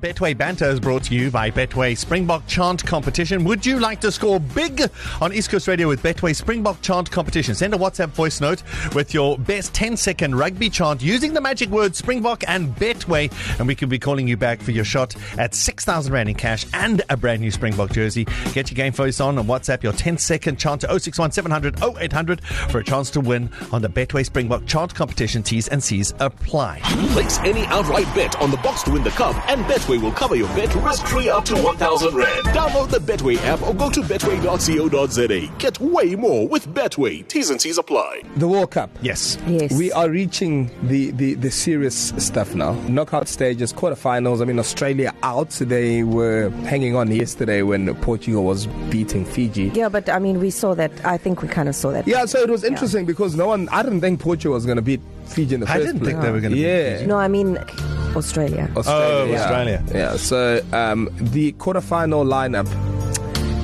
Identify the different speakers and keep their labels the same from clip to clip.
Speaker 1: Betway Banter is brought to you by Betway Springbok Chant Competition. Would you like to score big on East Coast Radio with Betway Springbok Chant Competition? Send a WhatsApp voice note with your best 10 second rugby chant using the magic words Springbok and Betway, and we could be calling you back for your shot at 6,000 Rand in cash and a brand new Springbok jersey. Get your game voice on and WhatsApp your 10 second chant to 061 700 0800 for a chance to win on the Betway Springbok Chant Competition. T's and C's apply.
Speaker 2: Place any outright bet on the box to win the cup, and Betway will cover your bet risk free up to 1,000 Rand. Download the Betway app or go to betway.co.za. Get way more with Betway. T's and C's apply.
Speaker 3: The World Cup.
Speaker 1: Yes.
Speaker 4: Yes.
Speaker 3: We are reaching the, the, the serious stuff now. Knockout stages, quarterfinals. I mean, Australia out. They were hanging on yesterday when Portugal was beating Fiji.
Speaker 4: Yeah, but I mean, we saw that. I think we kind of saw that.
Speaker 3: Yeah, so it was interesting because no one, I didn't think Portugal was going to beat Fiji in the
Speaker 1: I
Speaker 3: first
Speaker 1: didn't
Speaker 3: place.
Speaker 1: think they were going to
Speaker 3: yeah.
Speaker 4: No, I mean Australia.
Speaker 3: Australia.
Speaker 1: Oh, Australia.
Speaker 3: Yeah, so um, the quarterfinal lineup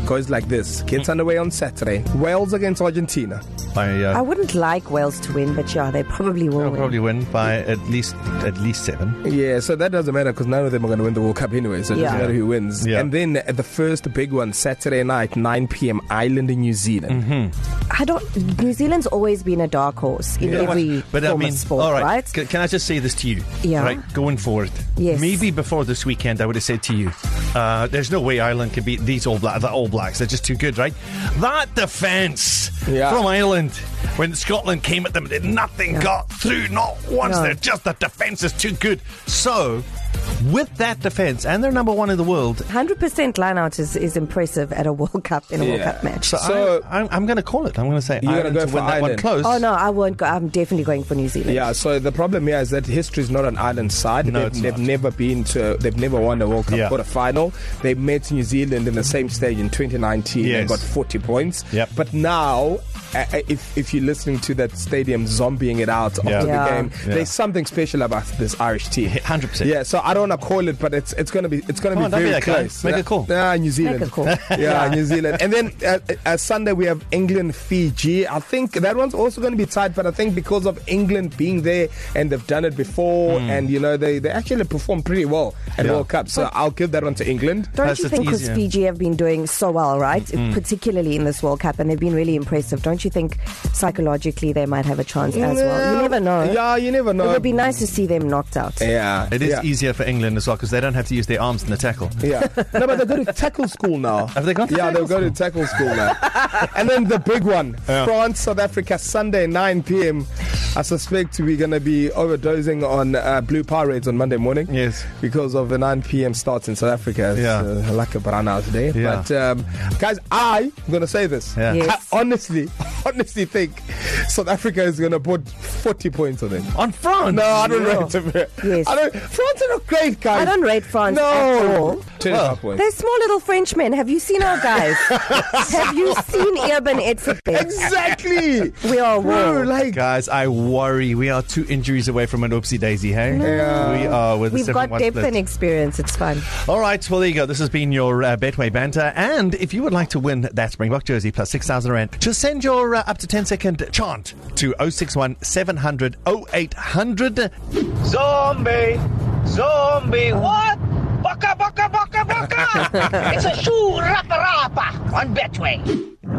Speaker 3: goes like this
Speaker 1: Hmm.
Speaker 3: gets underway on Saturday Wales against Argentina.
Speaker 1: By, uh,
Speaker 4: I wouldn't like Wales to win, but yeah, they probably will.
Speaker 1: They'll
Speaker 4: win.
Speaker 1: probably win by at least at least seven.
Speaker 3: Yeah, so that doesn't matter because none of them are going to win the World Cup anyway. So it doesn't
Speaker 4: Yeah.
Speaker 3: matter who wins.
Speaker 1: Yeah.
Speaker 3: And then uh, the first big one, Saturday night, 9 p.m., Ireland and New Zealand.
Speaker 4: I don't. New Zealand's always been a dark horse in every
Speaker 1: but I
Speaker 4: form
Speaker 1: mean,
Speaker 4: of sport,
Speaker 1: all right.
Speaker 4: right?
Speaker 1: Can, can I just say this to you?
Speaker 4: Yeah.
Speaker 1: Right, going forward.
Speaker 4: Yes.
Speaker 1: Maybe before this weekend, I would have said to you, uh, "There's no way Ireland can beat these All Blacks. The All Blacks, they're just too good, right?" That defence
Speaker 3: Yeah.
Speaker 1: from Ireland when Scotland came at them, nothing got through, not once.
Speaker 4: No.
Speaker 1: They're just the defence is too good. So, with that defence, and they're number one in the world.
Speaker 4: Hundred percent line out is, is impressive at a World Cup in a World
Speaker 3: Yeah.
Speaker 4: Cup match.
Speaker 1: So, uh,
Speaker 3: So-
Speaker 1: I, I'm, I'm going to call it. I'm going to say
Speaker 3: You're gonna
Speaker 1: Ireland
Speaker 3: go
Speaker 1: to
Speaker 3: for
Speaker 1: win that one
Speaker 3: Ireland.
Speaker 1: close.
Speaker 4: oh no, I won't go. I'm definitely going for New Zealand.
Speaker 3: Yeah, so the problem here is that history is not an island side.
Speaker 1: No,
Speaker 3: they've,
Speaker 1: it's
Speaker 3: they've
Speaker 1: not.
Speaker 3: never been to, they've never won a World Cup
Speaker 1: Yeah.
Speaker 3: quarterfinal. They met New Zealand in the same stage in 2019
Speaker 1: Yes.
Speaker 3: and got 40 points.
Speaker 1: Yep.
Speaker 3: But now, uh, uh, if, if you're listening to that stadium zombying it out
Speaker 1: Yeah.
Speaker 3: after
Speaker 4: Yeah.
Speaker 3: the game,
Speaker 1: Yeah.
Speaker 3: there's something special about this Irish team.
Speaker 1: 100%.
Speaker 3: Yeah, so I don't want to call it, but it's it's gonna be it's gonna
Speaker 1: Come on,
Speaker 3: be
Speaker 1: don't be
Speaker 3: very
Speaker 1: that guy.
Speaker 3: close.
Speaker 1: Make
Speaker 3: yeah.
Speaker 1: a call.
Speaker 3: Yeah, Ah, New Zealand.
Speaker 4: a call.
Speaker 3: yeah, New Zealand. And then uh, uh, Sunday we have England Fiji. I think that one's also going to be tight, but I think because of England being there and they've done it before, and you know they they actually performed pretty well at
Speaker 1: Hmm. Yeah.
Speaker 3: World Cup. So I'll give that one to England.
Speaker 4: Don't
Speaker 1: That's
Speaker 4: you
Speaker 1: it
Speaker 4: think because
Speaker 1: easier. Mm-hmm.
Speaker 4: Fiji have been doing so well, right? Particularly in this World Cup, and they've been really impressive. Don't you think psychologically they might have a chance as well? You never know.
Speaker 3: Yeah, you never
Speaker 4: It
Speaker 3: know.
Speaker 4: would be nice to see them knocked out.
Speaker 3: yeah,
Speaker 1: It is
Speaker 3: yeah.
Speaker 1: easier for England as well because they don't have to use their arms in the tackle.
Speaker 3: Yeah. No, but they go to tackle school now.
Speaker 1: Have they gone to
Speaker 3: Yeah,
Speaker 1: tackle
Speaker 3: they've gone to tackle school now. and then the big one
Speaker 1: Yeah.
Speaker 3: France, South Africa, Sunday, 9 p.m. I suspect we're going to be overdosing on uh, Blue Pirates on Monday morning.
Speaker 1: Yes.
Speaker 3: Because of the 9 p.m. starts in South Africa. It's,
Speaker 1: Yeah.
Speaker 3: uh, like a banana today.
Speaker 1: Yeah.
Speaker 3: But, um, guys, I, I'm going to say this.
Speaker 1: Yeah.
Speaker 4: Yes.
Speaker 3: I honestly, honestly think South Africa is going to put 40 points on it.
Speaker 1: On France?
Speaker 3: No, I don't
Speaker 4: Yeah.
Speaker 3: rate them.
Speaker 4: Yes.
Speaker 3: I don't, France are not great, guys.
Speaker 4: I don't rate France at all.
Speaker 3: No.
Speaker 1: Well,
Speaker 3: Well, points.
Speaker 4: They're small little Frenchmen. Have you seen our guys? Have you seen Urban Edford?
Speaker 3: Exactly.
Speaker 4: We are
Speaker 3: Bro,
Speaker 4: war.
Speaker 3: like
Speaker 1: Guys, I worry. We are two injuries away from an oopsie daisy, hey?
Speaker 3: Yeah.
Speaker 1: We are with a
Speaker 4: We've got
Speaker 1: 7-1
Speaker 4: depth
Speaker 1: split.
Speaker 4: and experience. It's fun.
Speaker 1: All right, well, there you go. This has been your uh, Betway banter. And if you would like to win that Springbok jersey plus 6,000 Rand, just send your uh, up to 10 second chant to 061 700 0800.
Speaker 5: Zombie! Zombie! What? Baka, baka, baka, baka! it's a shoe rapper rapper on Betway.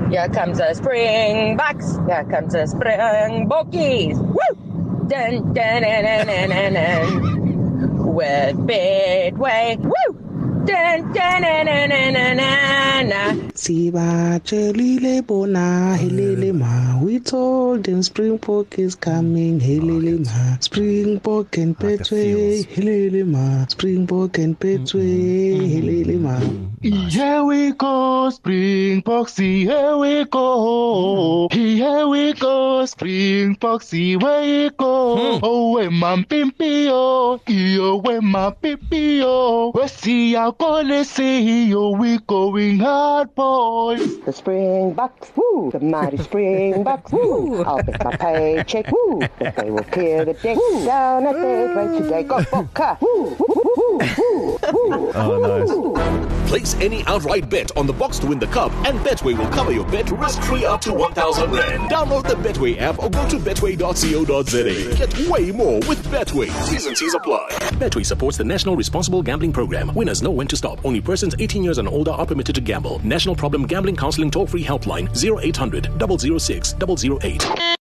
Speaker 6: Here comes a Springboks. Here comes a Springbokies. Woo! Dun, dun, dun, dun, dun, dun, dun. With Bitway. Woo! Dun, dun, dun, dun, dun, dun, dun, dun.
Speaker 7: Sibatshelile bona helele ma. We told them Springbok is coming helele ma. Springbok and
Speaker 1: the feels.
Speaker 7: Betway helele ma. Springbok and Betway helele ma. Here we go, Springboksy. Here we go. Here we go, Springboksy. Where you go? Oh, we man pimpio. Iyo we man pimpio. We see our gonna see you. We going hard, boys.
Speaker 8: The Springboks, woo! The mighty Springboks, woo! I'll bet my paycheck, woo! That they will clear the deck, woo! Down at the way today, go Boca, woo! Woo! Woo! Woo! Woo! Woo!
Speaker 1: Oh, nice.
Speaker 8: Woo!
Speaker 2: Place any outright bet on the box to win the cup, and Betway will cover your bet risk-free up to 1,000 rand. Download the Betway app or go to betway.co.za. Get way more with Betway. Season T's apply. Betway supports the National Responsible Gambling Program. Winners know when to stop. Only persons 18 years and older are permitted to gamble. National Problem Gambling Counseling toll-free helpline 0800 006 008.